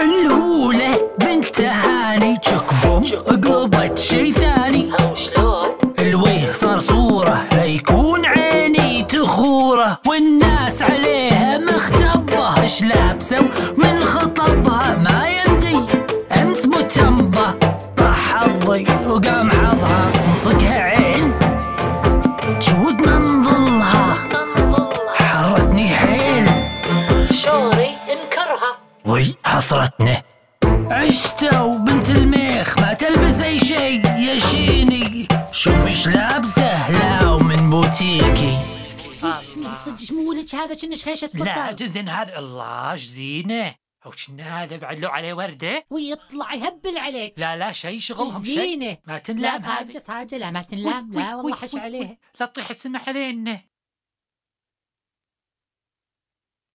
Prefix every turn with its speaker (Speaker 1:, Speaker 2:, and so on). Speaker 1: الأولى بنت هاني شكبم قلبت شي ثاني الويه صار صورة لا يكون عيني تخورة والناس عليها مختبة اش لابسة ومن خطبها ما يمدي أمس متنبة طاح حظي وقام حظها مصقها عين جود منظلها حرتني حيل
Speaker 2: شعري انكرها
Speaker 1: وي حسرتنا عشت وبنت الميخ ما تلبس اي شي يا شيني شوف ايش لابسه لا ومن بوتيكي
Speaker 3: صدق شمو ولك هذا شنش هيشة
Speaker 1: لا
Speaker 3: بصل
Speaker 1: تزن هذا الله ايش زينه او شنا هذا بعد له عليه ورده
Speaker 3: ويطلع يهبل عليك
Speaker 1: لا لا شي شغلهم شي
Speaker 3: زينة
Speaker 1: ما
Speaker 3: لا
Speaker 1: تنلام هذه
Speaker 3: صاجة صاجة لا ما تنلام
Speaker 1: وي- وي-
Speaker 3: لا والله
Speaker 1: وي-
Speaker 3: حش
Speaker 1: وي-
Speaker 3: عليها
Speaker 1: لا تطيح السمح علينا